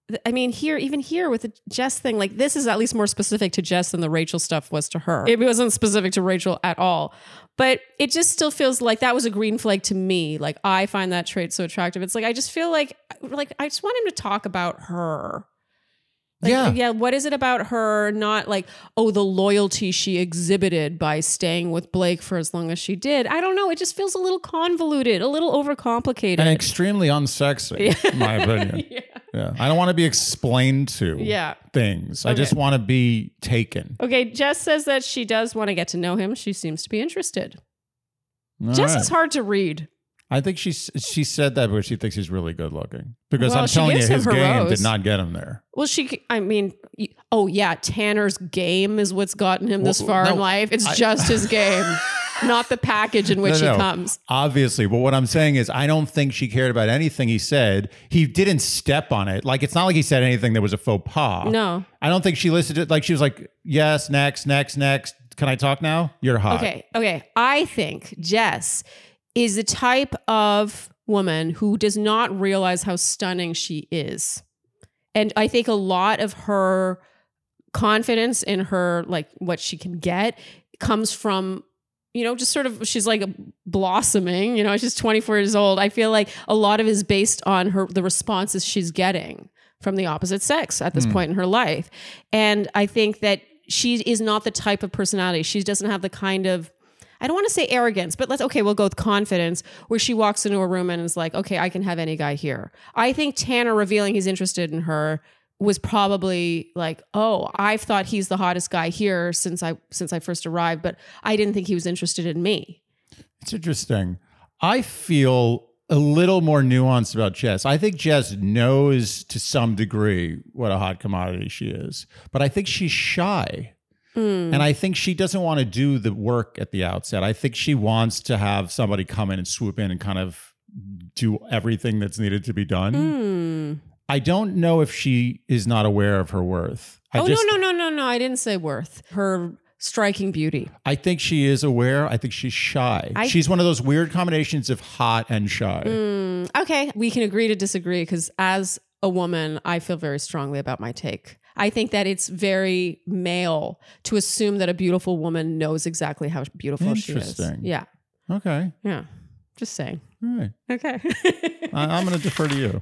D: th- I mean, here, even here with the Jess thing, like this is at least more specific to Jess than the Rachel stuff was to her. It wasn't specific to Rachel at all, but it just still feels like that was a green flag to me. Like I find that trait so attractive. It's like I just feel like, like I just want him to talk about her. Like,
B: Yeah.
D: yeah. What is it about her? Not like, oh, the loyalty she exhibited by staying with Blake for as long as she did. I don't know. It just feels a little convoluted, a little overcomplicated.
B: and extremely unsexy, in my opinion.
D: yeah.
B: Yeah. I don't want to be explained to.
D: Yeah.
B: Things. I just want to be taken.
D: Okay. Jess says that she does want to get to know him. She seems to be interested.
B: All
D: Jess
B: right.
D: is hard to read.
B: I think she s- she said that because she thinks he's really good looking. Because
D: Well,
B: I'm
D: she
B: telling you,
D: gives him
B: his
D: her
B: game
D: rose.
B: did not get him there.
D: Well, she, c- I mean, y- oh, yeah. Tanner's game is what's gotten him this
B: Well,
D: far in
B: no,
D: life. It's
B: I-
D: just his game, not the package in which
B: No, no.
D: he comes.
B: Obviously, but what I'm saying is, I don't think she cared about anything he said. He didn't step on it. Like it's not like he said anything that was a faux pas.
D: No.
B: I don't think she listened to. Like she was like, "Yes, next, next, next. Can I talk now? You're hot."
D: Okay. Okay. I think Jess is the type of woman who does not realize how stunning she is. And I think a lot of her confidence in her, like what she can get, comes from. You know, just sort of, she's like blossoming. You know, she's 24 years old. I feel like a lot of it is based on her the responses she's getting from the opposite sex at this point in her life. And I think that she is not the type of personality. She doesn't have the kind of I don't want to say arrogance, but let's okay, we'll go with confidence where she walks into a room and is like, "Okay, I can have any guy here." I think Tanner revealing he's interested in her was probably like, "Oh, I've thought he's the hottest guy here since I since I first arrived, but I didn't think he was interested in me."
B: It's interesting. I feel a little more nuanced about Jess. I think Jess knows to some degree what a hot commodity she is, but I think she's shy. And
D: Mm.
B: I think she doesn't want to do the work at the outset. I think she wants to have somebody come in and swoop in and kind of do everything that's needed to be done.
D: Mm. Hmm.
B: I don't know if she is not aware of her worth. I
D: oh no, no, no, no, no! I didn't say worth. Her striking beauty.
B: I think she is aware. I think she's shy. she's one of those weird combinations of hot and shy.
D: Mm. Okay, we can agree to disagree because as a woman, I feel very strongly about my take. I think that it's very male to assume that a beautiful woman knows exactly how beautiful she is.
B: Interesting.
D: Yeah,
B: Okay.
D: yeah. Just saying.
B: All right.
D: Okay.
B: I, I'm going to defer to you.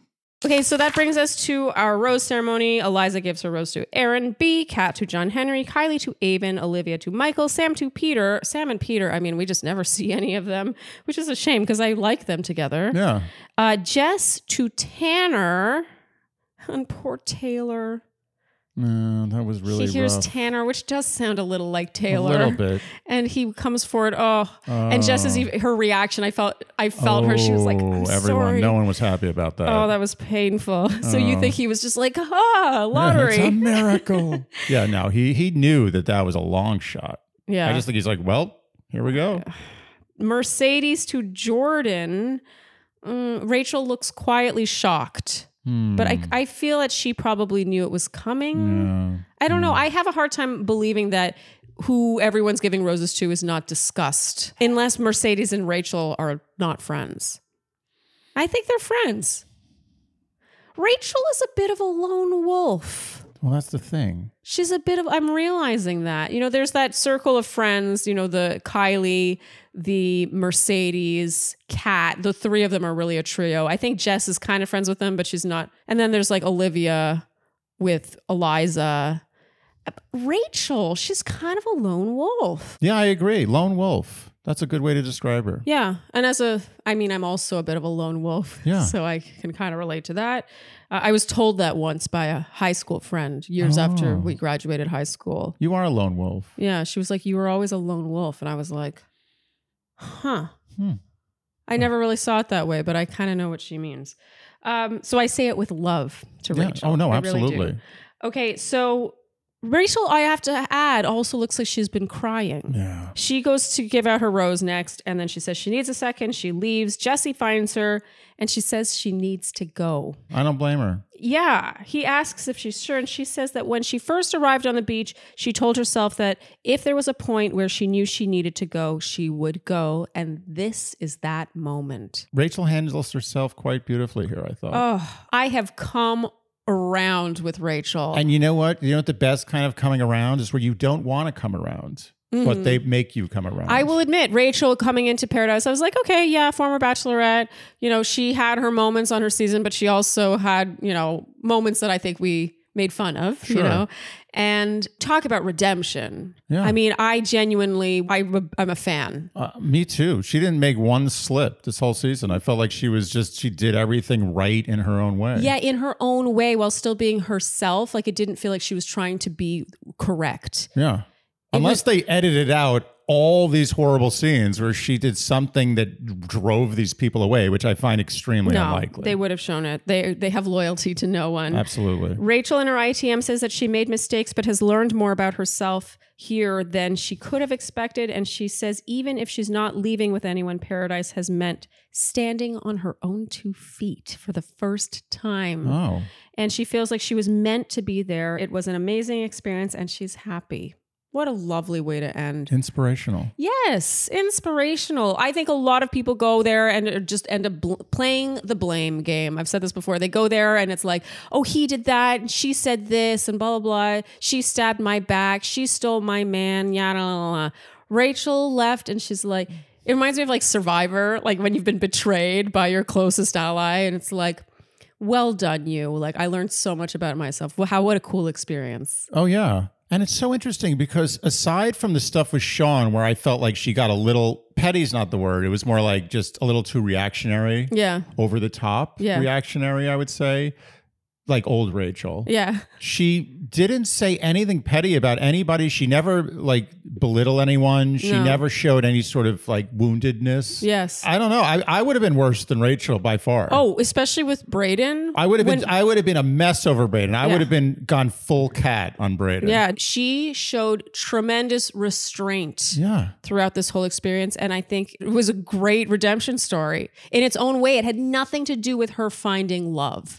D: Okay, so that brings us to our rose ceremony. Eliza gives her rose to Aaron B, Kat to John Henry, Kylie to Avon, Olivia to Michael, Sam to Peter. Sam and Peter, I mean, we just never see any of them, which is a shame because I like them together.
B: Yeah.
D: Uh, Jess to Tanner. And poor Taylor.
B: No, that was really
D: he hears
B: rough.
D: Tanner, which does sound a little like
B: a
D: Taylor.
B: little bit.
D: And he comes forward. Oh, and Jess is even, her reaction. I felt, I felt her. She was like,
B: Oh,
D: "I'm
B: everyone,
D: sorry."
B: no one was happy about that.
D: Oh, that was painful. So you think he was just like, ah, lottery.
B: Yeah, it's a miracle. yeah, no, he he knew that that was a long shot.
D: Yeah.
B: I just think he's like, well, here we go.
D: Mercedes to Jordan. Mm, Rachel looks quietly shocked. But
B: Hmm.
D: I, I feel that she probably knew it was coming.
B: Yeah.
D: I don't know. I have a hard time believing that who everyone's giving roses to is not discussed, unless Mercedes and Rachel are not friends. I think they're friends. Rachel is a bit of a lone wolf.
B: Well, that's the thing.
D: She's a bit of I'm realizing that. You know, there's that circle of friends, you know, the Kylie, the Mercedes, Kat, the three of them are really a trio. I think Jess is kind of friends with them, but she's not. And then there's like Olivia with Eliza. Rachel, she's kind of a lone wolf.
B: Yeah, I agree. Lone wolf. That's a good way to describe her.
D: Yeah. And as a, I mean, I'm also a bit of a lone wolf.
B: Yeah.
D: So I can kind of relate to that. Uh, I was told that once by a high school friend years after
B: Oh.
D: we graduated high school.
B: You are a lone wolf.
D: Yeah, she was like, "You were always a lone wolf," and I was like, "Huh."
B: Hmm.
D: I never really saw it that way, but I kind of know what she means. Um, so I say it with love to
B: Yeah.
D: Rachel.
B: Oh no,
D: I really do.
B: absolutely.
D: okay, so Rachel, I have to add, also looks like she's been crying.
B: Yeah.
D: She goes to give out her rose next, and then she says she needs a second. She leaves. Jesse finds her, and she says she needs to go.
B: I don't blame her.
D: Yeah, he asks if she's sure, and she says that when she first arrived on the beach, she told herself that if there was a point where she knew she needed to go, she would go, and this is that moment.
B: Rachel handles herself quite beautifully here, I thought.
D: Oh, I have come around with Rachel.
B: And you know what? You know what the best kind of coming around is where you don't want to come around, but they make you come around.
D: Mm. I will admit, Rachel coming into Paradise, I was like, okay, yeah, former bachelorette. You know, she had her moments on her season, but she also had, you know, moments that I think we made fun of, you
B: Sure.
D: know, and talk about redemption.
B: Yeah.
D: I mean, I genuinely, I, am a fan.
B: Uh, me too. She didn't make one slip this whole season. I felt like she was just she did everything right in her own way.
D: Yeah, in her own way, while still being herself. Like it didn't feel like she was trying to be correct.
B: Yeah. Unless they edited out all these horrible scenes where she did something that drove these people away, which I find extremely
D: No,
B: unlikely.
D: they would have shown it. They they have loyalty to no one.
B: Absolutely.
D: Rachel in her ITM says that she made mistakes but has learned more about herself here than she could have expected. And she says, even if she's not leaving with anyone, paradise has meant standing on her own two feet for the first time.
B: Oh,
D: And she feels like she was meant to be there. It was an amazing experience and she's happy. What a lovely way to end.
B: inspirational.
D: Yes, inspirational. I think a lot of people go there and just end up bl- playing the blame game. I've said this before. They go there and it's like, oh, he did that, and she said this, and blah blah blah. She stabbed my back. She stole my man. Yada la, la, la. Rachel left, and she's like, it reminds me of like Survivor, like when you've been betrayed by your closest ally, and it's like. Well done, you. Like, I learned so much about myself. Well, how, what a cool experience.
B: Oh yeah. And it's so interesting because aside from the stuff with Sean where I felt like she got a little petty's not the word. It was more like just a little too reactionary,
D: Yeah.
B: over the top
D: Yeah.
B: reactionary, I would say. Like old Rachel.
D: Yeah.
B: She didn't say anything petty about anybody. She never like belittle anyone. She
D: No.
B: never showed any sort of like woundedness.
D: Yes.
B: I don't know. I, I would have been worse than Rachel by far.
D: Oh, especially with Braden.
B: I would have been
D: When-
B: I would have been a mess over Braden. I
D: Yeah.
B: would have been gone full cat on Braden.
D: yeah, she showed tremendous restraint
B: Yeah.
D: throughout this whole experience. And I think it was a great redemption story in its own way. It had nothing to do with her finding love.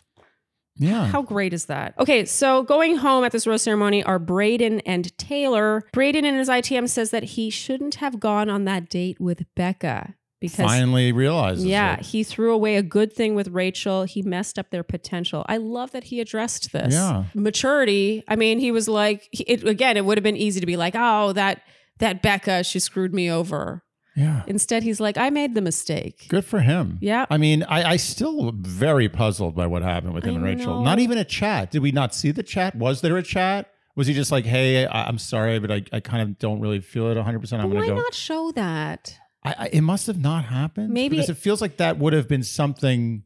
B: Yeah.
D: How great is that? Okay, so going home at this rose ceremony are Braden and Taylor. Braden in his ITM says that he shouldn't have gone on that date with Becca because
B: finally realizes.
D: yeah,
B: it.
D: he threw away a good thing with Rachel. He messed up their potential. I love that he addressed this.
B: Yeah.
D: Maturity. I mean, he was like, he- it, again, it would have been easy to be like, oh, that that Becca, she screwed me over.
B: yeah.
D: Instead, he's like, I made the mistake.
B: Good for him.
D: Yeah.
B: I mean, I, I still am very puzzled by what happened with him
D: I
B: and Rachel.
D: know.
B: Not even a chat. Did we not see the chat? Was there a chat? Was he just like, hey, I, I'm sorry, but I, I kind of don't really feel it 100%. I'm
D: But
B: going
D: why
B: to go.
D: not show that?
B: I, I, it must have not happened.
D: Maybe-
B: Because it feels like that would have been something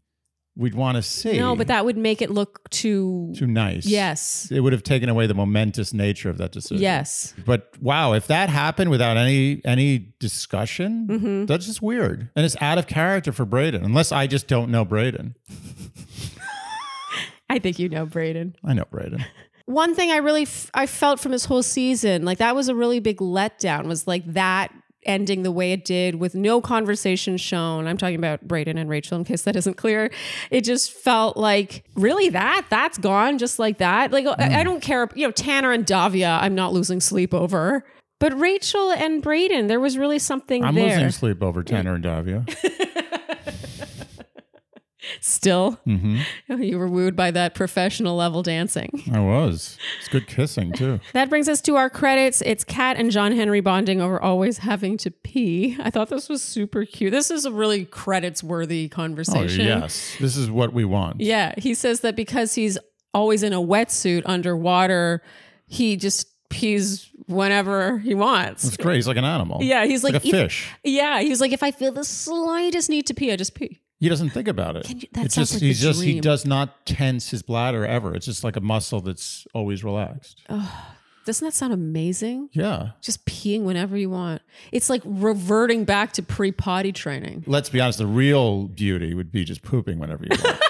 B: we'd want to see.
D: No, but that would make it look too.
B: Too nice.
D: yes.
B: It would have taken away the momentous nature of that decision.
D: Yes.
B: But wow, if that happened without any any discussion,
D: Mhm.
B: that's just weird. And it's out of character for Braden, unless I just don't know Braden.
D: I think you know, Braden.
B: I know Braden.
D: one thing I really f- I felt from this whole season, like that was a really big letdown, was like that ending the way it did with no conversation shown. I'm talking about Brayden and Rachel, in case that isn't clear. It just felt like really that that's gone just like that. Like
B: Mm.
D: I, I don't care, you know, Tanner and Davia. I'm not losing sleep over. But Rachel and Brayden, there was really something
B: I'm
D: there.
B: losing sleep over Tanner and Davia.
D: Still,
B: hmm
D: you were wooed by that professional level dancing.
B: I was. It's good kissing too.
D: That brings us to our credits. It's Kat and John Henry bonding over always having to pee. I thought this was super cute. This is a really credits worthy
B: Oh
D: conversation.
B: yes, this is what we want.
D: Yeah. He says that because he's always in a wetsuit underwater, he just pees whenever he wants.
B: It's great. He's like an animal.
D: Yeah. He's like, e-
B: like, a
D: "If-
B: fish.
D: Yeah. He was like, if I feel the slightest need to pee, I just pee.
B: He doesn't think about it.
D: Can you- that
B: it's
D: sounds
B: just
D: like
B: he's
D: the
B: just he
D: dream.
B: does not tense his bladder ever. It's just like a muscle that's always relaxed.
D: Oh. Doesn't that sound amazing?
B: Yeah.
D: Just peeing whenever you want. It's like reverting back to pre potty training.
B: Let's be honest. The real beauty would be just pooping whenever you want.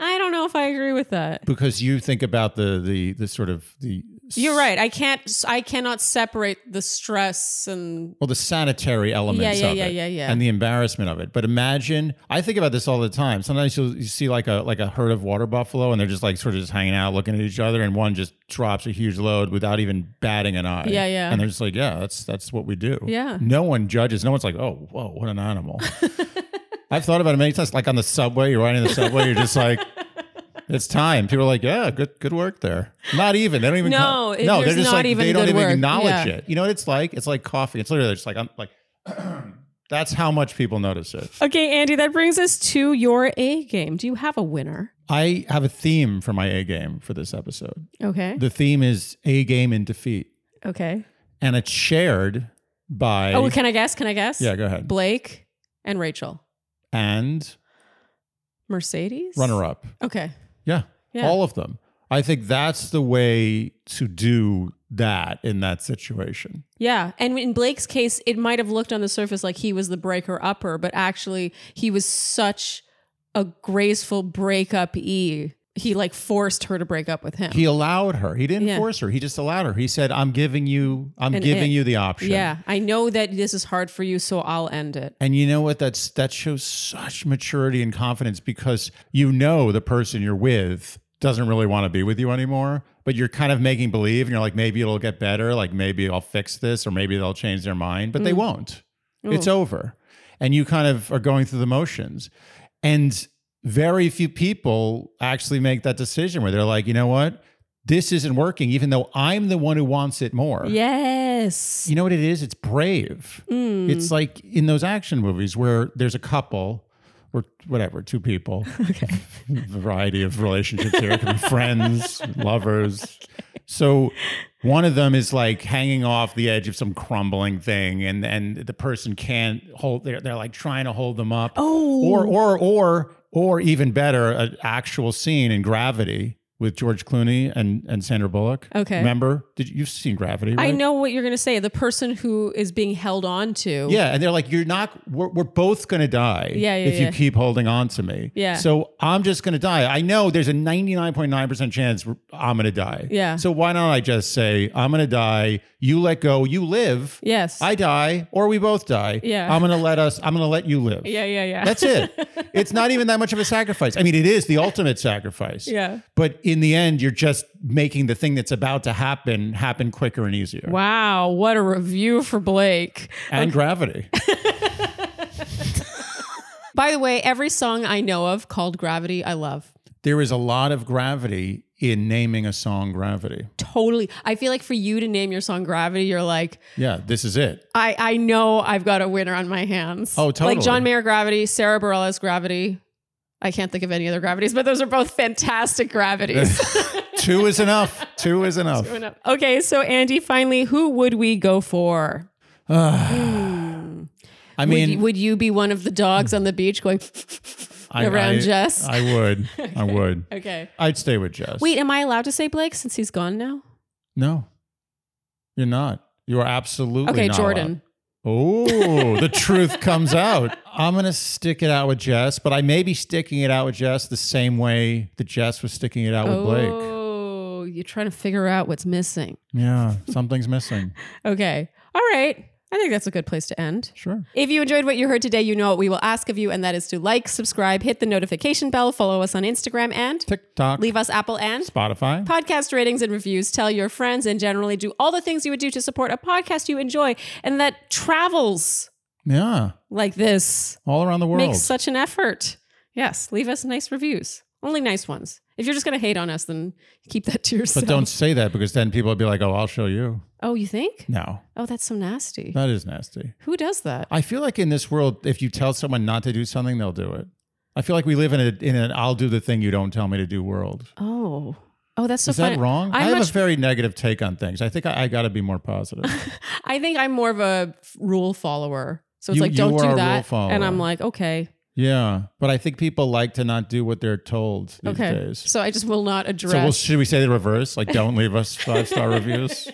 D: I don't know if I agree with that.
B: because you think about the the the sort of the
D: You're right. I can't. I cannot separate the stress and
B: well the sanitary elements
D: Yeah, yeah,
B: of
D: yeah,
B: it
D: yeah, yeah.
B: and the embarrassment of it but imagine i think about this all the time sometimes you'll you see like a like a herd of water buffalo and they're just like sort of just hanging out looking at each other and one just drops a huge load without even batting an eye
D: Yeah, yeah.
B: and they're just like yeah that's that's what we do
D: Yeah.
B: no one judges no one's like oh whoa what an animal i've thought about it many times like on the subway you're riding the subway you're just like it's time. People are like, yeah, good, good work there. Not even. They don't even.
D: No,
B: call-
D: it-
B: no,
D: there's
B: they're just
D: not
B: like
D: even
B: they don't
D: good
B: even
D: work.
B: acknowledge
D: Yeah.
B: it. You know what it's like? It's like coffee. It's literally just like I'm like. that's how much people notice it.
D: Okay, Andy, that brings us to your A game. Do you have a winner?
B: I have a theme for my A game for this episode.
D: Okay.
B: The theme is A game in defeat,
D: okay.
B: and it's shared by
D: Oh, can I guess? Can I guess?
B: yeah, go ahead
D: Blake and Rachel.
B: and
D: Mercedes.
B: runner up.
D: Okay.
B: Yeah,
D: Yeah.
B: all of them. I think that's the way to do that in that situation.
D: Yeah. And in Blake's case, it might have looked on the surface like he was the breaker upper, but actually he was such a graceful breakup E. He like forced her to break up with him.
B: He allowed her. He didn't
D: Yeah.
B: force her. He just allowed her. He said, "I'm giving you. I'm
D: An
B: giving
D: it.
B: you the option."
D: Yeah. I know that this is hard for you, so I'll end it.
B: And you know what? That's that shows such maturity and confidence because you know the person you're with doesn't really want to be with you anymore, but you're kind of making believe and you're like, maybe it'll get better, like maybe I'll fix this, or maybe they'll change their mind, but they won't. It's over. And you kind of are going through the motions. And very few people actually make that decision where they're like, you know what? This isn't working, even though I'm the one who wants it more.
D: Yes. Hmm.
B: You know what it is? It's brave. It's like in those action movies where there's a couple or whatever, two people, variety of relationships here. It could be friends, lovers. So one of them is like hanging off the edge of some crumbling thing, and and the person can't hold. They're they're like trying to hold them up. Oh, or or or or even better, an actual scene in Gravity with George Clooney and and Sandra Bullock.
D: Okay.
B: remember? Did you, you've seen Gravity?
D: I
B: right?
D: know what you're going to say. The person who is being held on to.
B: Yeah, and they're like, "You're not. We're, we're both gonna die.
D: Yeah, yeah,
B: if
D: yeah.
B: you keep holding on to me.
D: Yeah.
B: So I'm just gonna die. I know there's a 99.9 percent chance we're- I'm gonna die.
D: Yeah.
B: So why not I just say I'm gonna die? You let go. You live.
D: Yes.
B: I die, or we both die.
D: Yeah.
B: I'm gonna let us. I'm gonna let you live.
D: yeah, yeah, yeah.
B: That's it. it's not even that much of a sacrifice. I mean, it is the ultimate sacrifice.
D: Yeah.
B: But in the end, you're just making the thing that's about to happen happen quicker and easier.
D: Wow, what a review for Blake.
B: And gravity.
D: By the way, every song I know of called Gravity, I love.
B: there is a lot of gravity in naming a song gravity.
D: Totally. I feel like for you to name your song Gravity, you're like,
B: Yeah, this is it.
D: I, I know I've got a winner on my hands.
B: Oh, totally.
D: Like John Mayer Gravity, Sarah Bareilles Gravity. I can't think of any other gravities, but those are both fantastic gravities.
B: Two is enough. Two is enough.
D: okay, so Andy, finally, who would we go for? Hmm.
B: I
D: Would
B: mean,
D: you- would you be one of the dogs on the beach going
B: I,
D: around
B: I-
D: Jess?
B: I would. I would.
D: okay.
B: I'd stay with Jess.
D: Wait, am I allowed to say Blake since he's gone now?
B: No, you're not. You are absolutely
D: Okay,
B: not
D: Jordan.
B: allowed. Oh, the truth comes out. I'm going to stick it out with Jess, but I may be sticking it out with Jess the same way that Jess was sticking it out with Blake.
D: Oh, you're trying to figure out what's missing.
B: Yeah, something's missing.
D: Okay. All right. I think that's a good place to end.
B: Sure.
D: If you enjoyed what you heard today, you know what we will ask of you, and that is to like, subscribe, hit the notification bell, follow us on Instagram, and
B: TikTok,
D: leave us Apple and
B: Spotify.
D: podcast ratings and reviews. Tell your friends and generally do all the things you would do to support a podcast you enjoy and that travels
B: yeah,
D: like this.
B: all around the world.
D: Make such an effort. Yes, leave us nice reviews. Only nice ones. If you're just going to hate on us, then keep that to yourself.
B: But don't say that because then people will be like, "Oh, I'll show you."
D: Oh, you think?
B: No,
D: Oh, that's so nasty.
B: that is nasty.
D: Who does that?
B: I feel like in this world, if you tell someone not to do something, they'll do it. I feel like we live in a in an "I'll do the thing you don't tell me to do" world.
D: Oh. Oh, that's so
B: is that
D: funny.
B: wrong? I
D: I'm
B: have
D: much,
B: a very negative take on things. I think I, I got to be more positive.
D: I think I'm more of a f- rule follower. So it's
B: You-
D: like,
B: you
D: don't
B: are a
D: do
B: rule
D: that. And
B: follower.
D: I'm like, okay,
B: yeah, but I think people like to not do what they're told these
D: okay.
B: days.
D: So I just will not address.
B: So we'll, should we say the reverse? Like, don't leave us five star reviews.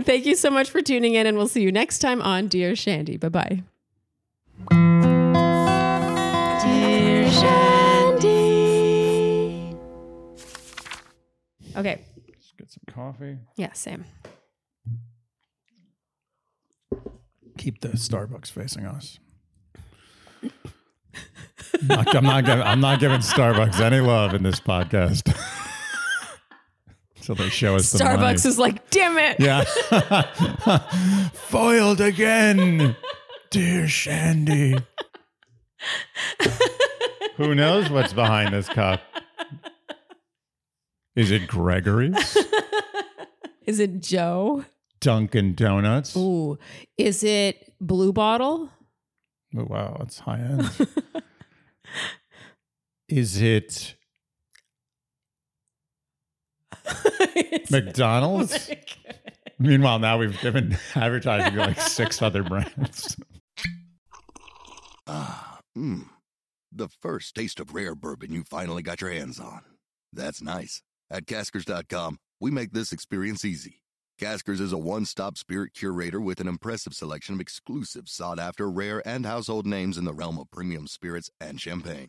D: Thank you so much for tuning in, and we'll see you next time on Dear Shandy. Bye bye.
C: Dear Shandy.
D: Okay.
B: Let's get some coffee.
D: Yeah, Sam.
B: keep the Starbucks facing us. I'm not, I'm not giving, I'm not giving Starbucks any love in this podcast. so they show us the money.
D: Starbucks is like, damn it.
B: yeah, foiled again, dear Shandy. Who knows what's behind this cup? Is it Gregory's?
D: Is it Joe?
B: Dunkin' Donuts? Oh,
D: Ooh. Is it Blue Bottle?
B: Oh, wow, that's high end. Is it
D: It's-
B: McDonald's. Meanwhile, now we've given advertising to like six other brands.
A: Ah, mmm. The first taste of rare bourbon you finally got your hands on. That's nice. At caskers.com, we make this experience easy. Caskers is a one stop spirit curator with an impressive selection of exclusive, sought after, rare, and household names in the realm of premium spirits and champagne.